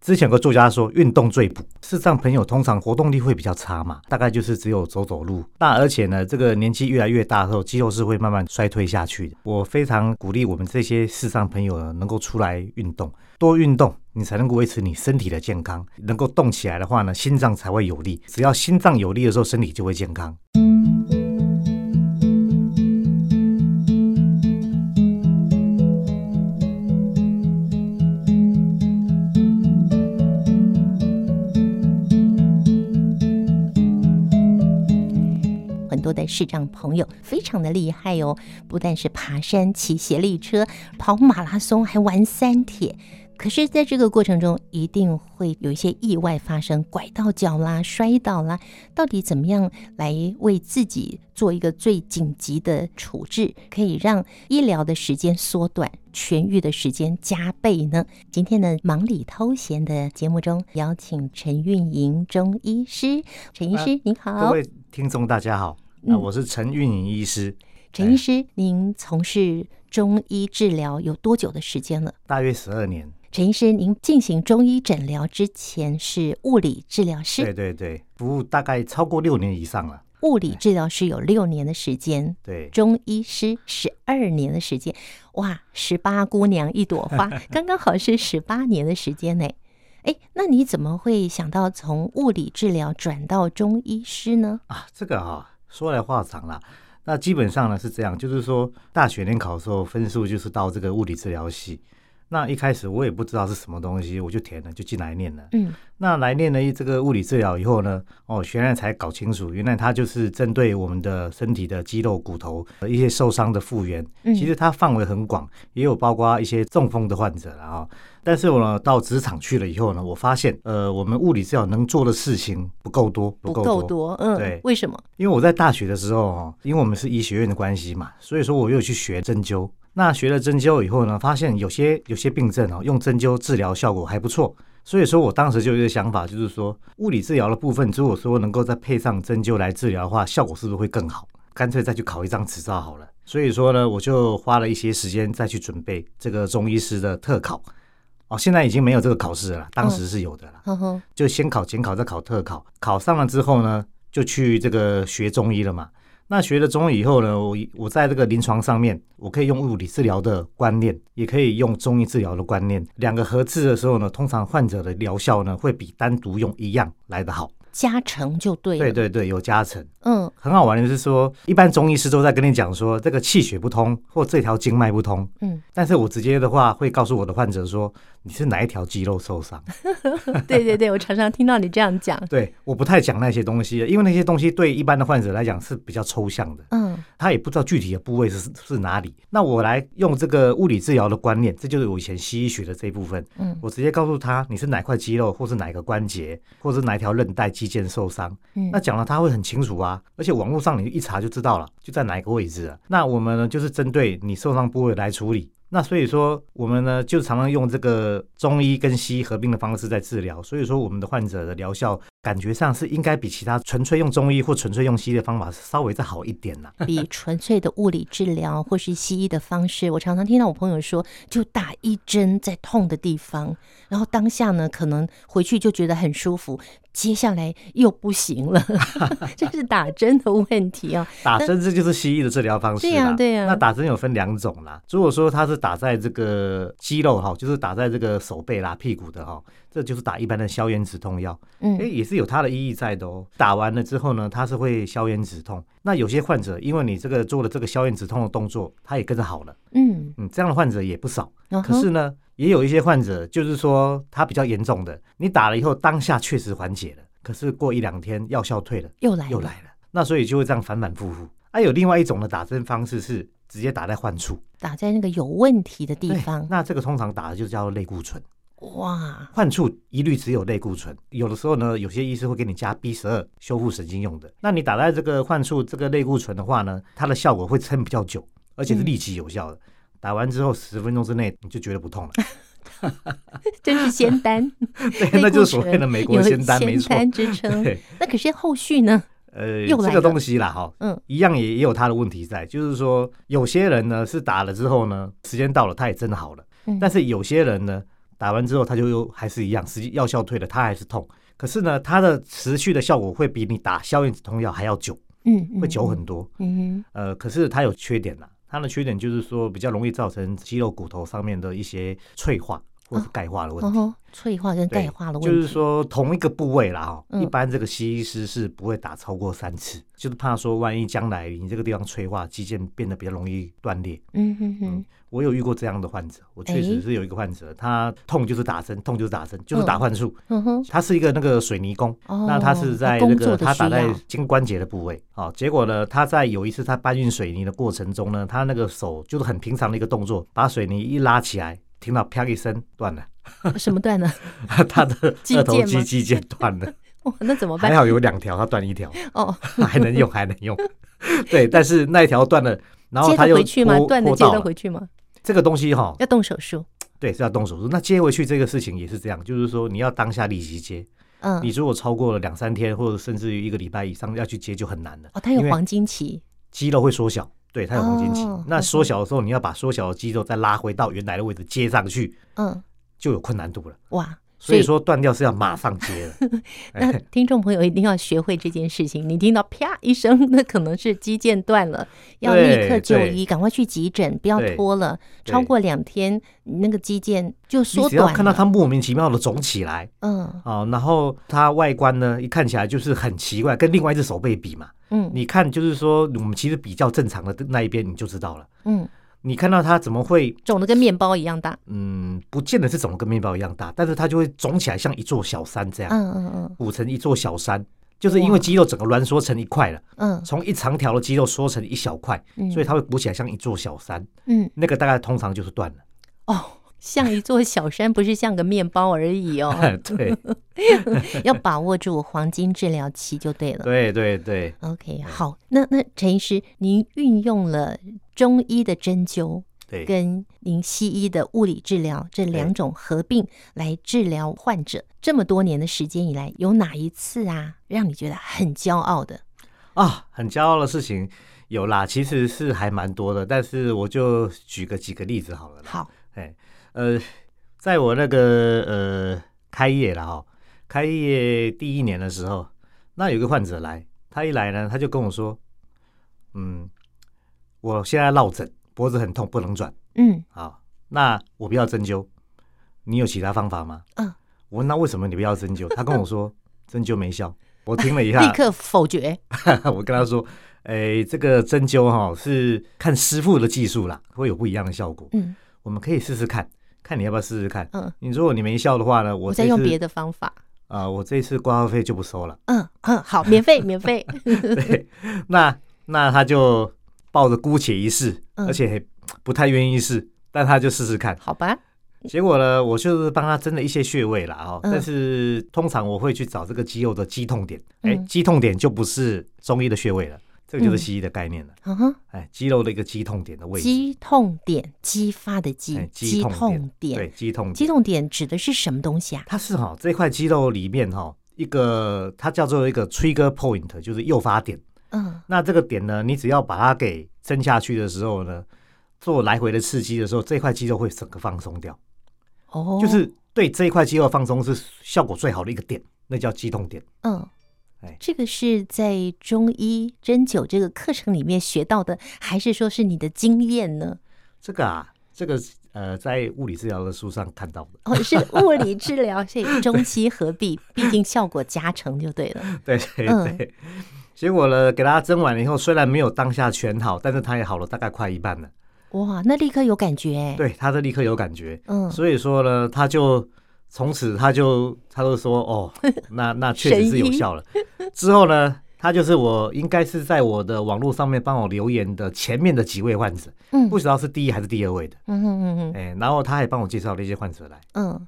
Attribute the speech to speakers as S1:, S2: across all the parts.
S1: 之前有个作家说，运动最补。事实上，朋友通常活动力会比较差嘛，大概就是只有走走路。那而且呢，这个年纪越来越大后，肌肉是会慢慢衰退下去的。我非常鼓励我们这些世上朋友呢，能够出来运动，多运动。你才能够维持你身体的健康，能够动起来的话呢，心脏才会有力。只要心脏有力的时候，身体就会健康。
S2: 很多的视障朋友非常的厉害哦，不但是爬山、骑斜力车、跑马拉松，还玩三铁。可是，在这个过程中，一定会有一些意外发生，拐到脚啦、摔倒啦。到底怎么样来为自己做一个最紧急的处置，可以让医疗的时间缩短，痊愈的时间加倍呢？今天的忙里偷闲的节目中，邀请陈运营中医师，陈医师、
S1: 啊
S2: 您
S1: 各
S2: 好。
S1: 位听众，大家好，
S2: 嗯
S1: 啊，我是陈运营医师，
S2: 陈医师，您从事中医治疗有多久的时间了？
S1: 大约十二年，
S2: 陈医师，您进行中医诊疗之前是物理治疗
S1: 对
S2: 师，
S1: 对对，服务大概超过六年以上了。
S2: 物理治疗师有六年的时间，
S1: 对，
S2: 中医师十二年的时间，哇，十八姑娘一朵 花，刚刚好是十八年的时间呢。哎，那你怎么会想到从物理治疗转到中医师呢？
S1: 啊，这个啊，说来话长啦。那基本上呢是这样，就是说大学联考的时候分数就是到这个物理治疗系。那一开始我也不知道是什么东西，我就填了，就进来念了。
S2: 嗯，
S1: 那来念了这个物理治疗以后呢，哦，原来才搞清楚，原来它就是针对我们的身体的肌肉、骨头呃一些受伤的复原。
S2: 嗯
S1: 其实它范围很广，也有包括一些中风的患者啦。哦。但是我呢到职场去了以后呢，我发现，呃，我们物理治疗能做的事情不够多，
S2: 不
S1: 够
S2: 够多，嗯
S1: 对，
S2: 为什么？
S1: 因为我在大学的时候哦，因为我们是医学院的关系嘛，所以说我又去学针灸。那学了针灸以后呢，发现有些有些病症哦，用针灸治疗效果还不错。所以说我当时就有一个想法，就是说物理治疗的部分，如果说能够再配上针灸来治疗的话，效果是不是会更好？干脆再去考一张执照好了。所以说呢，我就花了一些时间再去准备这个中医师的特考。哦，现在已经没有这个考试了啦，当时是有的啦。
S2: 呵呵，
S1: 就先考检考，再考特考，考上了之后呢，就去这个学中医了嘛。那学了中医以后呢，我我在这个临床上面，我可以用物理治疗的观念，也可以用中医治疗的观念，两个合治的时候呢，通常患者的疗效呢会比单独用一样来得好。
S2: 加成就对了，
S1: 对对对，有加成。
S2: 嗯，
S1: 很好玩的是说，一般中医师都在跟你讲说这个气血不通或这条经脉不通，
S2: 嗯，
S1: 但是我直接的话会告诉我的患者说你是哪一条肌肉受伤。
S2: 对对对，我常常听到你这样讲。
S1: 对，我不太讲那些东西，因为那些东西对一般的患者来讲是比较抽象的，
S2: 嗯，
S1: 他也不知道具体的部位是是哪里。那我来用这个物理治疗的观念，这就是我以前西医学的这一部分。
S2: 嗯
S1: 我直接告诉他你是哪块肌肉，或是哪个关节，或是哪一条韧带肌腱受伤。
S2: 嗯
S1: 那讲了他会很清楚啊，而且网络上你一查就知道了，就在哪一个位置了。那我们呢，就是针对你受伤部位来处理。那所以说，我们呢就常常用这个中医跟西医合并的方式在治疗。所以说，我们的患者的疗效感觉上是应该比其他纯粹用中医或纯粹用西医的方法稍微再好一点 啦。
S2: 比纯粹的物理治疗或是西医的方式，我常常听到我朋友说，就打一针在痛的地方，然后当下呢，可能回去就觉得很舒服，接下来又不 行了， 这是打针的问题啊。
S1: 打针这就是西医的治疗方式啦。
S2: 对呀啊对呀
S1: 那打针有分两种啦，如果说它是打在这个肌肉哈，就是打在这个手背啦、屁股的哈，这就是打一般的消炎止痛药，哎、
S2: 嗯
S1: 也是有它的意义在的哦。打完了之后呢，它是会消炎止痛。那有些患者因为你这个做了这个消炎止痛的动作，他也跟着好了，
S2: 嗯，
S1: 嗯，这样的患者也不少。
S2: 然
S1: 可
S2: 后
S1: 是呢，也有一些患者，就是说他比较严重的，你打了以后当下确实缓解了，可是过一两天药效退了。
S2: 又来
S1: 又
S2: 了
S1: 来了，那所以就会这样反反复复。啊，有另外一种的打针方式是直接打在患处
S2: 打在那个有问题的地
S1: 对
S2: 方，
S1: 那这个通常打的就叫类固醇，
S2: 哇，
S1: 患处一律只有类固醇。有的时候呢，有些医师会给你加 B 十二修复神经用的。那你打在这个患处这个类固醇的话呢，它的效果会撑比较久，而且是
S2: 嗯
S1: 立即有效的。打完之后十分钟之内你就觉得不 痛了，
S2: 真是仙丹，
S1: 对， 那就是所谓的美国仙丹，
S2: 有
S1: 没错。
S2: 丹之 称。
S1: 对，
S2: 那可是后续呢？
S1: 呃，
S2: 又来
S1: 这个
S2: 了
S1: 东西啦，哈，
S2: 嗯，
S1: 一样也也有他的问题在，就是说有些人呢是打了之后呢，时间到了他也真的好了，
S2: 嗯
S1: 但是有些人呢打完之后，它就又还是一样，实际药效退了，它还是痛。可是呢，它的持续的效果会比你打消炎止痛药还要久，
S2: 嗯，嗯
S1: 会久很，多。
S2: 嗯
S1: 呃，可是它有缺点啦，它的缺点就是说比较容易造成肌肉骨头上面的一些脆化或是钙化的
S2: 嗯，
S1: 问题。
S2: 哦，脆化跟
S1: 对
S2: 钙化的问
S1: 就
S2: 题，
S1: 是说同一个部位啦，哈、
S2: 嗯
S1: 一般这个西医师是不会打超过三次，就是怕说万一将来你这个地方脆化，肌腱变得比较容易断裂。
S2: 嗯哼哼，
S1: 我有遇过这样的患者，我确
S2: 诶
S1: 实是有一个患者，他痛就是打针，痛就是打针，就是打幻术。
S2: 嗯哼，
S1: 他是一个那个水泥工，
S2: 哦，
S1: 那他是在
S2: 工
S1: 那
S2: 作
S1: 个
S2: 的
S1: 他
S2: 需
S1: 打在
S2: 要，
S1: 肩关节的部位，好、结果呢，他在有一次他搬运水泥的过程中呢，他那个手就是很平常的一个动作，把水泥一拉起来，听到啪一声断了，
S2: 什么段呢？
S1: 他的
S2: 肌
S1: 二头
S2: 腱
S1: 肌
S2: 吗
S1: 肌腱断了，
S2: 哇，那怎么
S1: 还
S2: 办？
S1: 好有两条，他断一 条，
S2: 哦，
S1: 还能用，还能用， 对，但是那一条断了，然后
S2: 接
S1: 他
S2: 得
S1: 又
S2: 回去吗？
S1: 拖
S2: 断的
S1: 拖
S2: 接
S1: 到
S2: 得
S1: 了
S2: 回去吗？
S1: 这个东西哈、
S2: 要动手术，
S1: 对，是要动手术。那接回去这个事情也是这样，就是说你要当下立即接，
S2: 嗯
S1: 你，如果超过了两三天，或者甚至于一个礼拜以上要去接就很难了，
S2: 哦，它有
S1: 因为
S2: 黄金期，
S1: 肌肉会缩小。对，它有黄金期。
S2: 哦
S1: 那缩小的时候，你要把缩小的肌肉再拉回到原来的位置接上去，
S2: 嗯，
S1: 就有困难度了。
S2: 哇，
S1: 所以说断掉是要马上接的。
S2: 那
S1: 哎
S2: 听众朋友一定要学会这件事情。你听到啪一声，那可能是肌腱断了，要立刻就医，赶快去急诊，不要
S1: 对
S2: 拖了。
S1: 对
S2: 超过两天，你那个肌腱就缩
S1: 你只要
S2: 短
S1: 看到
S2: 了。
S1: 它莫名其妙的肿起来
S2: 嗯
S1: 啊、然后它外观呢一看起来就是很奇怪，跟另外一只手背比嘛，
S2: 嗯
S1: 你看就是说我们其实比较正常的那一边你就知道了。
S2: 嗯，
S1: 你看到它怎么会
S2: 肿的跟面包一样大。
S1: 嗯，不见得是肿得跟面包一样大，但是它就会肿起来，像一座小山这样，
S2: 嗯嗯嗯
S1: 鼓成一座小山，就是因为肌肉整个挛缩成一块了，
S2: 嗯
S1: 从一长条的肌肉缩成一小块，
S2: 嗯，
S1: 所以它会鼓起来像一座小山，
S2: 嗯
S1: 那个大概通常就是断了。
S2: 哦，像一座小山，不是像个面包而已哦。
S1: 对
S2: 要把握住黄金治疗期就对了。
S1: 对对对，
S2: OK，好，那那陈医师，您运用了中医的针灸，
S1: 对
S2: 跟您西医的物理治疗这两种合并来治疗患者，这么多年的时间以来，有哪一次啊让你觉得很骄傲的？
S1: 啊，很骄傲的事情有啦，其实是还蛮多的，但是我就举个几个例子好了啦。
S2: 好，
S1: 哎，呃，在我那个呃开业了哈，开业第一年的时候，那有个患者来，他一来呢，他就跟我说，嗯，我现在落枕，脖子很痛，不能转
S2: 嗯
S1: 啊，那我不要针灸，你有其他方法吗？
S2: 嗯，
S1: 我问那为什么你不要针灸？他跟我 说针灸没效。我听了一下，
S2: 立刻否决。
S1: 我跟他说，哎、这个针灸哈、是看师傅的技术啦，会有不一样的效果。
S2: 嗯
S1: 我们可以试试看，看你要不要试试看。
S2: 嗯，
S1: 你如果你没效的话呢，
S2: 我
S1: 我
S2: 再
S1: 这
S2: 用别
S1: 次
S2: 的方法。
S1: 啊、我这次挂号费就不收了。
S2: 嗯嗯，好，免费免费。
S1: 对，那那他就抱着姑且一试，
S2: 嗯
S1: 而且也不太愿意试，但他就试试看。
S2: 好吧，
S1: 结果呢，我就是帮他针了一些穴位啦哦，
S2: 嗯
S1: 但是通常我会去找这个肌肉的肌痛点，哎、
S2: 嗯
S1: 肌痛点就不是中医的穴位了，这个就
S2: 嗯
S1: 是西医的概念了，
S2: 嗯哼，
S1: 哎，肌肉的一个肌痛点的位置，
S2: 肌痛点，激发的激
S1: 哎，，
S2: 肌痛
S1: 对，
S2: 点，
S1: 肌痛点
S2: 肌。痛点指的是什么东西啊？
S1: 它是哈、这块肌肉里面哈、一个它叫做一个 trigger point，就是诱发点。
S2: 嗯
S1: 那这个点呢，你只要把它给针下去的时候呢，做来回的刺激的时候，这块肌肉会整个放松掉，
S2: 哦，
S1: 就是对这一块肌肉放松是效果最好的一个点，那叫肌痛点。
S2: 嗯
S1: 哎，
S2: 这个是在中医针灸这个课程里面学到的，还是说是你的经验呢？
S1: 这个啊，这个呃，在物理治疗的书上看到的，
S2: 哦，是物理治疗，所以中西合璧，毕竟效果加成就对 了。
S1: 对对
S2: 嗯
S1: 对。结果呢，给他针完了以后，虽然没有当下全好，但是他也好了大概快一半了。
S2: 哇，那立刻有感觉哎。，
S1: 对，他这立刻有感觉。
S2: 嗯，
S1: 所以说呢，他就从此他就他就说 哦，那那确实是有效了。之后呢，他就是我应该是在我的网络上面帮我留言的前面的几位患者，
S2: 嗯
S1: 不知道是第一还是第二位的，
S2: 嗯嗯嗯
S1: 哎，然后他还帮我介绍了一些患者来，
S2: 嗯。嗯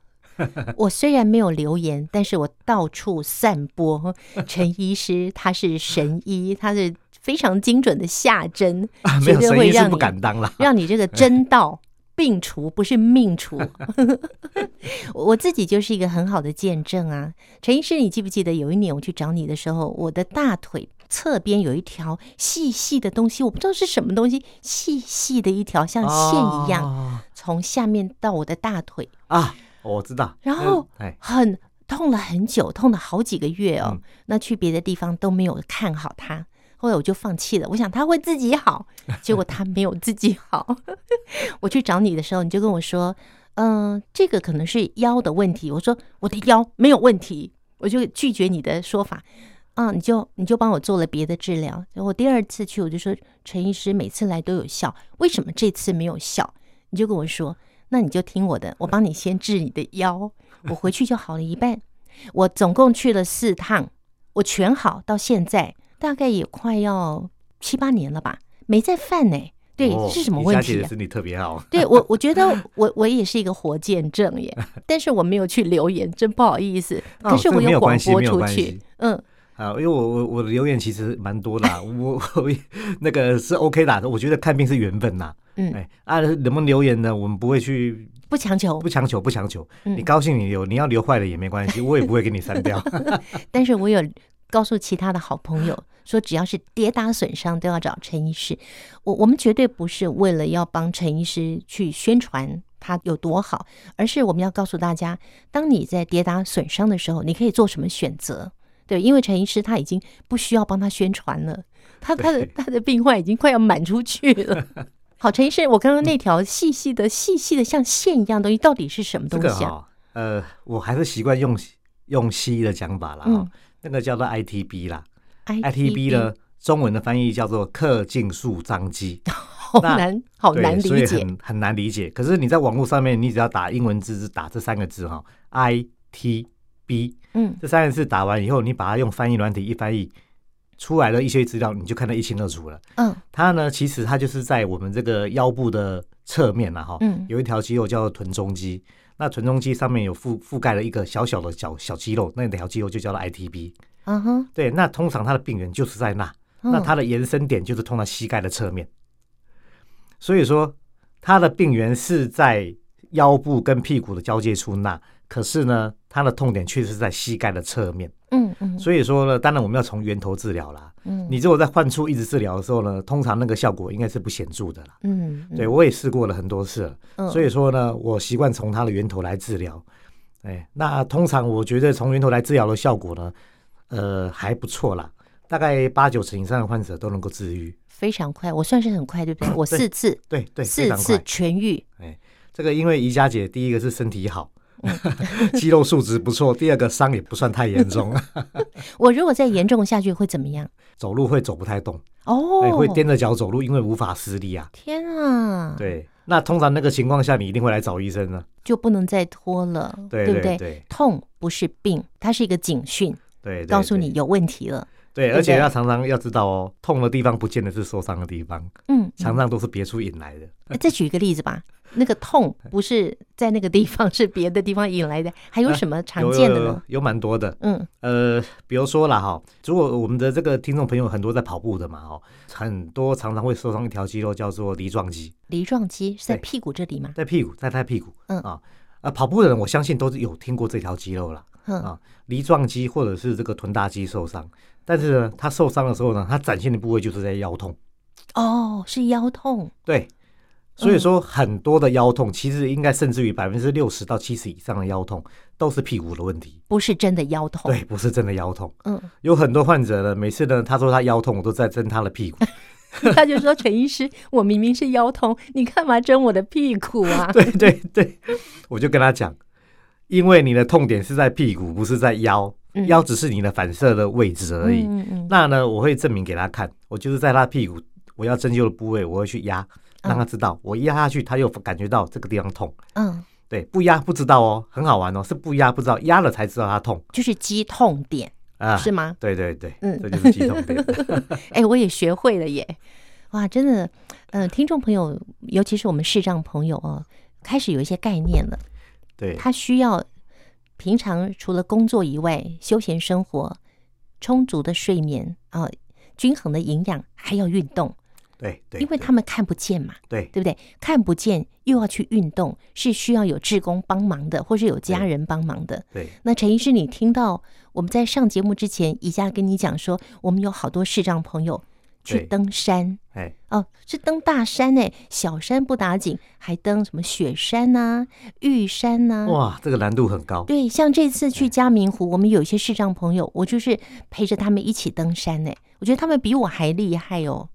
S2: 我虽然没有留言，但是我到处散播陈医师，他是神医，他是非常精准的下针，
S1: 没
S2: 绝
S1: 有
S2: 对
S1: 神
S2: 会
S1: 医是
S2: 让
S1: 不
S2: 你
S1: 敢当啦。
S2: 让你这个真道病除，不是命除。 我我自己就是一个很好的见证啊。陈医师，你记不记得有一年我去找你的时候，我的大腿侧边有一条细细的东西，我不知道是什么东西，细细的一条像线一样，
S1: 样
S2: 从下面到我的大腿。
S1: 哦啊，我知道。
S2: 然后
S1: 那，哎，
S2: 很痛了很久，痛了好几个月哦。
S1: 嗯
S2: 那去别的地方都没有看好他，后来我就放弃了。我想他会自己好，结果他没有自己好。 我去找你的时候，你就跟我说：“嗯、这个可能是腰的问题。”我说：“我的腰没有问题。”我就拒绝你的说法。啊，你就你就帮我做了别的治疗。我第二次去，我就说陈医师每次来都有效，为什么这次没有效？你就跟我说，那你就听我的，我帮你先治你的腰，我回去就好了一半。我总共去了四趟，我全好到现在，大概也快要七八年了吧，没再犯呢、对，
S1: 哦
S2: 是什么
S1: 宜
S2: 问
S1: 家姐
S2: 题、
S1: 的
S2: 啊？
S1: 身体特别好，
S2: 对我，我觉得我我也是一个活见证 耶，但是我没有去留言，真不好意思。
S1: 哦
S2: 可是
S1: 这个
S2: 我
S1: 没有
S2: 广
S1: 关系
S2: 播
S1: 没有
S2: 出
S1: 关
S2: 去
S1: 系，
S2: 嗯，
S1: 啊，因为我我我的留言其实蛮多的啊、我我那个是 OK 啦，我觉得看病是缘分呐，
S2: 嗯
S1: 哎啊，能不能留言呢？我们不会去
S2: 不强求
S1: 不，强求，不强求，
S2: 嗯
S1: 你高兴你留，你要留坏了也没关系，我也不会给你删 掉。
S2: 但是我有告诉其他的好朋 友说，只要是跌打损伤都要找陈医师。我我们绝对不是为了要帮陈医师去宣传他有多好，而是我们要告诉大家，当你在跌打损伤的时候，你可以做什么选择。对，因为陈医师他已经不需要帮他宣传了，他他的
S1: 对
S2: 他的病患已经快要满出去 了。好，陈医师，我刚刚那条细细的、细细的像线一样的东西，到底是什么
S1: 这
S2: 东
S1: 个
S2: 西啊？
S1: 哈、呃，我还是习惯用用西医的讲法啦、哈
S2: 嗯
S1: 那个叫做 ITB 啦，ITB 呢，中文的翻译叫做克尽素张肌，
S2: 好
S1: 那
S2: 难， 好
S1: 对
S2: 难
S1: 所以
S2: 理解。
S1: 很很难理解。可是你在网络上面，你只要打英文字，是打这三个字哈、i T B
S2: 嗯，
S1: 这三个字打完以后，你把它用翻译软体一翻译出来的一些资料，你就看得一清二楚了。
S2: 嗯
S1: 它呢，其实它就是在我们这个腰部的侧面啦，哈、
S2: 嗯
S1: 有一条肌肉叫做臀中肌。那臀中肌上面有覆覆盖了一个小小的小小肌肉，那条肌肉就叫做 ITB。
S2: 嗯哼，
S1: 对，那通常它的病源就是在那，那
S2: 嗯
S1: 它的延伸点就是通常膝盖的侧面。所以说，它的病源是在腰部跟屁股的交界处那，可是呢，它的痛点却是在膝盖的侧面。
S2: 嗯嗯
S1: 所以说呢，当然我们要从源头治疗啦。
S2: 嗯
S1: 你如果在患处一直治疗的时候呢，通常那个效果应该是不显著的啦。
S2: 嗯，
S1: 对我也试过了很多次了，
S2: 嗯，
S1: 所以说呢，我习惯从它的源头来治疗。哎，那通常我觉得从源头来治疗的效果呢，呃，还不错啦，大概八九成以上的患者都能够治愈。
S2: 非常快，我算是很快，对不对？我四次，
S1: 对对，非
S2: 四
S1: 常
S2: 次
S1: 快。
S2: 痊愈，
S1: 这个因为宜家姐第一个是身体好，
S2: 嗯
S1: 肌肉素质不错，第二个伤也不算太严 重，
S2: 我如果再严重下去会怎么样？
S1: 走路会走不太动，哎，
S2: 哦，
S1: 会踮着脚走路，因为无法施力啊。
S2: 天啊，，
S1: 对，那通常那个情况下，你一定会来找医生呢。啊
S2: 就不能再拖了，
S1: 对
S2: 不
S1: 对
S2: 对？
S1: 对
S2: 痛不是病，它是一个警讯，
S1: 对，
S2: 告诉
S1: 对
S2: 你有问题了。
S1: 对，
S2: 对
S1: 而且
S2: 对
S1: 要常常要知道哦，痛的地方不见得是受伤的地方，
S2: 嗯，
S1: 常常都是别处引来的。
S2: 嗯再举一个例子吧。那个痛不是在那个地方，是别的地方引来的，还有
S1: 啊
S2: 什么常
S1: 有
S2: 见的
S1: 有
S2: 呢？
S1: 有蛮多的，
S2: 嗯
S1: 呃，比如说啦哈，如果我们的这个听众朋友很多在跑步的嘛哦，很多常常会受伤一条肌肉叫做梨状肌，
S2: 梨状肌是在
S1: 对
S2: 屁股这里吗？
S1: 在屁股，在他屁股，
S2: 嗯
S1: 啊啊，跑步的人我相信都是有听过这条肌肉啦，
S2: 嗯
S1: 啊梨状肌或者是这个臀大肌受伤，但是呢，他受伤的时候呢，他展现的部位就是在腰痛，
S2: 哦，是腰痛。
S1: 对，所
S2: 嗯
S1: 以说很多的腰痛，其实应该甚至于百分之六十到七十以上的腰痛都是屁股的问题，
S2: 不是真的腰痛。
S1: 对，不是真的腰痛。
S2: 嗯，
S1: 有很多患者呢，每次呢，他说他腰痛，我都在针他的屁股。
S2: 他就说：“陈医师，我明明是腰痛，你干嘛针我的屁股啊
S1: 对对对，我就跟他讲，因为你的痛点是在屁股，不是在腰，？”腰只是你的反射的位置而已。
S2: 嗯嗯
S1: 那呢，我会证明给他看，我就是在他屁股，我要针灸的部位，我会去压，让他知道，我压下去，他又感觉到这个地方痛。
S2: 嗯，
S1: 对，不压不知道哦，很好玩哦，是不压不知道，压了才知道它痛
S2: 就是肌痛点
S1: 啊。
S2: 是吗？
S1: 对对对，
S2: 嗯
S1: 这就是肌痛 点。
S2: 哎，我也学会了耶！哇，真的，呃，听众朋友，尤其是我们视障朋友哦，开始有一些概念了。
S1: 对
S2: 他需要平常除了工作以外，休闲生活、充足的睡眠啊、均衡的营养，还要运动，
S1: 对对，
S2: 因为他们看不见嘛。
S1: 对
S2: 对不对？看不见又要去运动，是需要有志工帮忙的，或是有家
S1: 对
S2: 人帮忙的。
S1: 对
S2: 那陈医师，你听到我们在上节目之前，宜家跟你讲说，我们有好多视障朋友去
S1: 对
S2: 登山
S1: 哎，
S2: 哦，是登大山哎，小山不打紧，还登什么雪山呐、玉山啊呐、
S1: 哇，这个难度很高。
S2: 对，像这次去嘉明湖，我们有一些视障朋友，我就是陪着他们一起登山呢。我觉得他们比我还厉害 哦，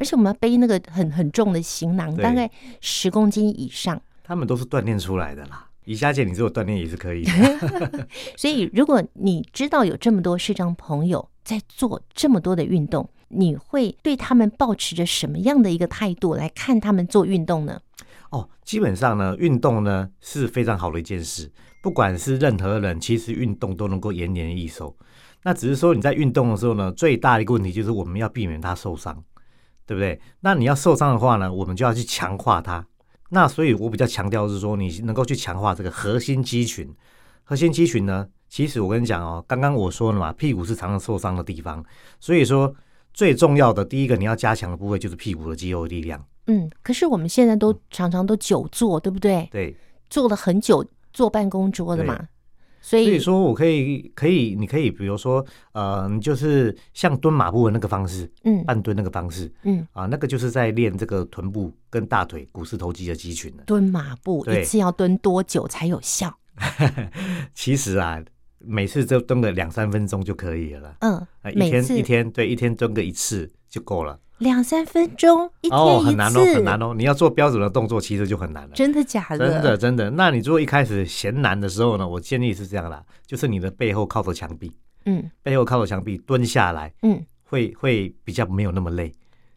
S2: 而且我们要背那个很很重的行囊，
S1: 对
S2: 大概十公斤以上。
S1: 他们都是锻炼出来的啦。宜家姐，你这种锻炼也是可以的。
S2: 所以，如果你知道有这么多视障朋友在做这么多的运动，你会对他们保持着什么样的一个态度来看他们做运动呢？
S1: 哦，基本上呢，运动呢是非常好的一件事，不管是任何人，其实运动都能够延年益寿。那只是说你在运动的时候呢，最大的一个问题就是我们要避免它受伤，对不对？那你要受伤的话呢，我们就要去强化它。那所以我比较强调是说，你能够去强化这个核心肌群。核心肌群呢，其实我跟你讲哦，刚刚我说了嘛，屁股是常常受伤的地方，所以说最重要的第一个你要加强的部位就是屁股的肌肉力量。
S2: 嗯，可是我们现在
S1: 嗯
S2: 都常常都久坐，对不对？
S1: 对，
S2: 坐了很久，坐办公桌的
S1: 对
S2: 嘛，所
S1: 所以
S2: 以
S1: 说，我可以可以，你可以比如说，呃，你就是像蹲马步的那个方式，
S2: 嗯
S1: 半蹲那个方式
S2: 嗯，
S1: 啊，那个就是在练这个臀部跟大腿股四头肌的肌群了。
S2: 蹲马步一
S1: 对
S2: 次要蹲多久才有效？
S1: 其实啊，每次就蹲个两三分钟就可以了啦，
S2: 嗯
S1: 啊，，一
S2: 每
S1: 天
S2: 次
S1: 一天对，一天蹲个一次就够了。
S2: 两三分钟，一天一
S1: 哦，
S2: 次，
S1: 很难哦，很难哦，你要做标准的动作，其实就很难了。
S2: 真的假的？
S1: 真的，真的，那你如果一开始嫌难的时候呢，我建议是这样啦，就是你的背后靠着墙壁，
S2: 嗯
S1: 背后靠着墙壁蹲下来，
S2: 嗯，
S1: 会会比较没有那么累，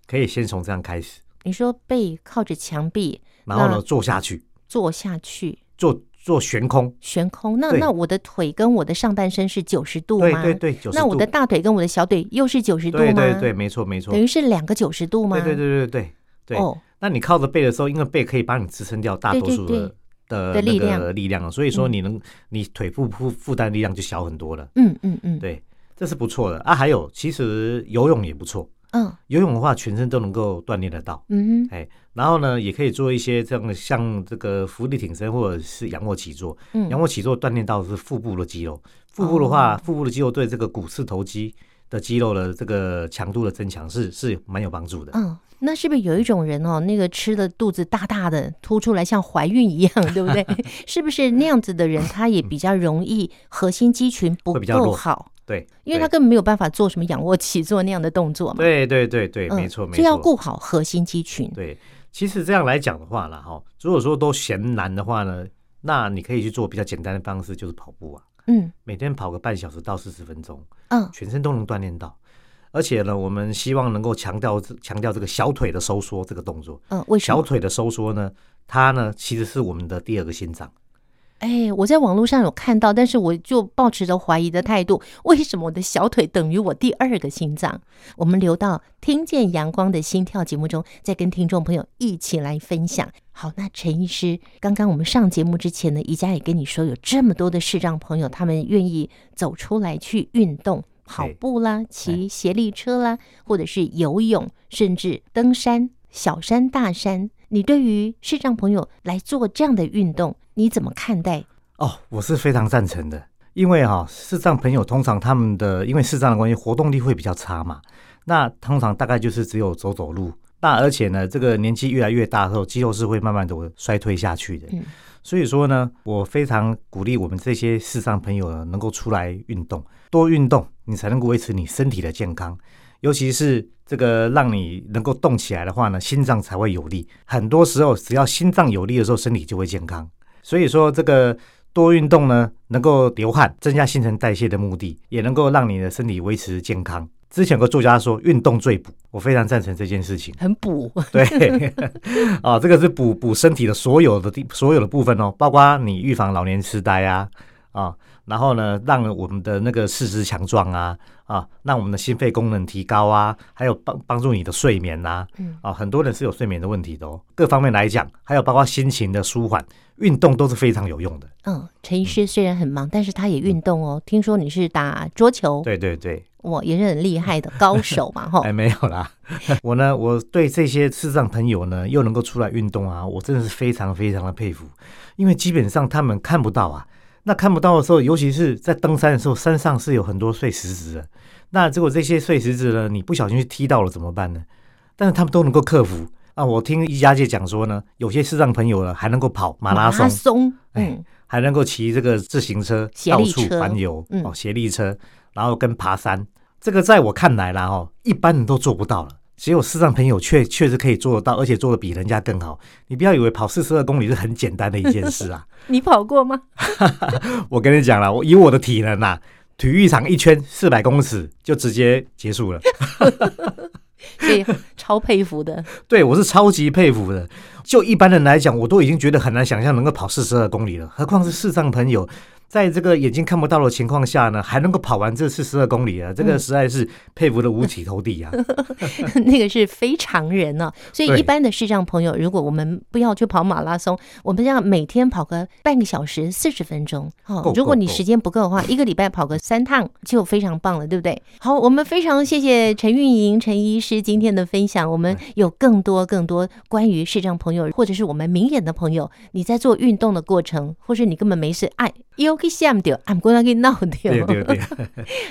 S1: 可以先从这样开始，
S2: 你说背靠着墙壁
S1: 然后
S2: 那
S1: 呢坐下去，
S2: 坐下去
S1: 坐坐悬空，
S2: 悬空，那
S1: 对
S2: 那我的腿跟我的上半身是九十度
S1: 对
S2: 吗？
S1: 对对，九十
S2: 那
S1: 度，
S2: 我的大腿跟我的小腿又是九十度吗？
S1: 对对对，，没错没错，
S2: 等
S1: 对
S2: 于是两个九十度吗？
S1: 对对对对对。
S2: 哦，
S1: 那你靠着背的时候，因为背可以帮你支撑掉大
S2: 对
S1: 多
S2: 对
S1: 数
S2: 对
S1: 的的那
S2: 的力
S1: 个
S2: 量
S1: 力量了，啊所以说你能、你腿部负负担力量就小很多了，
S2: 嗯嗯嗯，
S1: 对，这是不错的啊。还有，其实游泳也不错，
S2: 嗯
S1: 游泳的话全身都能够锻炼得到。
S2: 嗯
S1: 哎，然后呢，也可以做一些这样的，像这个浮力挺身或者是仰卧起坐。
S2: 嗯哦
S1: 仰卧起坐锻炼到的是腹部的肌肉，腹部的话，腹部的肌肉对这个股四头肌的肌肉的这个强度的增强是是蛮有帮助的。
S2: 嗯，那是不是有一种人哦，那个吃的肚子大大的，凸出来像怀 孕一样，对不对？是不是那样子的人，他也比较容易核心肌群不
S1: 会比较
S2: 够
S1: 弱
S2: 好，
S1: 对，
S2: 因为他
S1: 对
S2: 根本没有办法做什么仰卧起坐那样的动作嘛。
S1: 对对对对，
S2: 嗯，
S1: 没错没
S2: 所以要
S1: 错。
S2: 顾好核心肌群。
S1: 对，其实这样来讲的话啦，哈，如果说都嫌难的话呢，那你可以去做比较简单的方式，就是跑步啊，
S2: 嗯
S1: 每天跑个半小时到四十分钟。
S2: 嗯
S1: 全身都能锻炼到。而且呢，我们希望能够强调这强调这个小腿的收缩这个动作。
S2: 嗯，为什
S1: 小
S2: 么？
S1: 腿的收缩呢，它呢其实是我们的第二个心脏。
S2: 哎，我在网络上有看到，但是我就抱持着怀疑的态度，为什么我的小腿等于我第二个心脏？我们留到听见阳光的心跳节目中，再跟听众朋友一起来分享。好，那陈医师，刚刚我们上节目之前呢，宜家也跟你说，有这么多的视障朋友，他们愿意走出来去运动，跑步啦、骑斜力车啦，或者是游泳，甚至登山、小山、大山。你对于视障朋友来做这样的运动，你怎么看待？
S1: 哦，我是非常赞成的，因为哈、视障朋友通常他们的因为视障的关系，活动力会比较差嘛。那通常大概就是只有走走路。那而且呢，这个年纪越来越大后，肌肉是会慢慢的衰退下去的。
S2: 嗯
S1: 所以说呢，我非常鼓励我们这些视障朋友呢，能够出来运动，多运动，你才能够维持你身体的健康。尤其是这个让你能够动起来的话呢，心脏才会有力。很多时候，只要心脏有力的时候，身体就会健康。所以说，这个多运动呢，能够流汗，增加新陈代谢的目的，也能够让你的身体维持健康。之前有个作家说，运动最补，我非常赞成这件事情。
S2: 很补，
S1: 对，啊、这个是补补身体的所有的地所有的部分哦，包括你预防老年痴呆啊，啊、然后呢，让我们的那个四肢强壮啊，啊，让我们的心肺功能提高啊，还有帮帮助你的睡眠呐、啊，
S2: 嗯
S1: 啊，很多人是有睡眠的问题的哦，各方面来讲，还有包括心情的舒缓，运动都是非常有用的。
S2: 嗯，陈医师虽然很忙，但是他也运动哦。听说你是打桌球，
S1: 对对对，
S2: 我也是很厉害的高手 嘛，哈
S1: 哎，。没有啦，我呢，我对这些视障朋友呢，又能够出来运动啊，我真的是非常非常的佩服，因为基本上他们看不到啊，那看不到的时候，尤其是在登山的时候，山上是有很多碎石子的。那如果这些碎石子呢，你不小心去踢到了怎么办呢？但是他们都能够克服啊！我听一家姐讲说呢，有些视障朋友呢还能够跑马拉松，
S2: 松，嗯
S1: 哎，还能够骑这个自行车
S2: 协
S1: 到
S2: 力
S1: 处
S2: 车
S1: 环游，
S2: 嗯
S1: 哦，协力车，然后跟爬山，这个在我看来啦，哦，一般人都做不到了。只有视障朋友确确实可以做得到，而且做得比人家更好。你不要以为跑四十二公里是很简单的一件事 啊！
S2: 你跑过吗？
S1: 我跟你讲了，我以我的体能啊，体育场一圈四百公尺就直接结束了。
S2: 所以超佩服的。
S1: 对我是超级佩服的。就一般人来讲，我都已经觉得很难想象能够跑四十二公里了，何况是视障朋友，在这个眼睛看不到的情况下呢，还能够跑完这四十二公里啊，这个实在是佩服的五体投地啊！
S2: 那个是非常人呢、所以
S1: 对
S2: 一般的视障朋友，如果我们不要去跑马拉松，我们这样每天跑个半个小时、四十分钟，哦
S1: 够，
S2: 如果你
S1: 够够
S2: 时间不够的话，一个礼拜跑个三趟就非常棒了，对不对？好，我们非常谢谢陈运营陈医师今天的分享，我们
S1: 嗯
S2: 有更多更多关于视障朋友或者是我们明眼的朋友，你在做运动的过程，或是你根本没事，哎，又去吓掉，俺过来给闹掉，
S1: 对对对，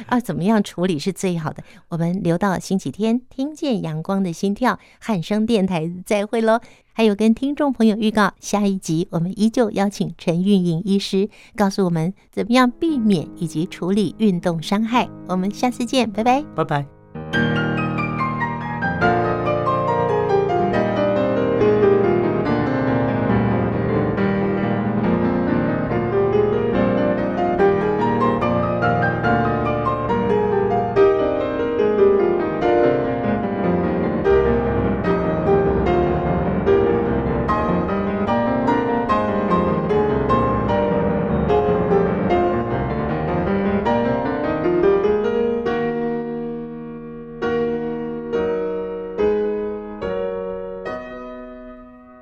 S2: 啊，怎么样处理是最好的？我们留到星期天，听见阳光的心跳，汉声电台再会喽。还有跟听众朋友预告，下一集我们依旧邀请陈运营医师，告诉我们怎么样避免以及处理运动伤害。我们下次见，拜拜。
S1: 拜拜。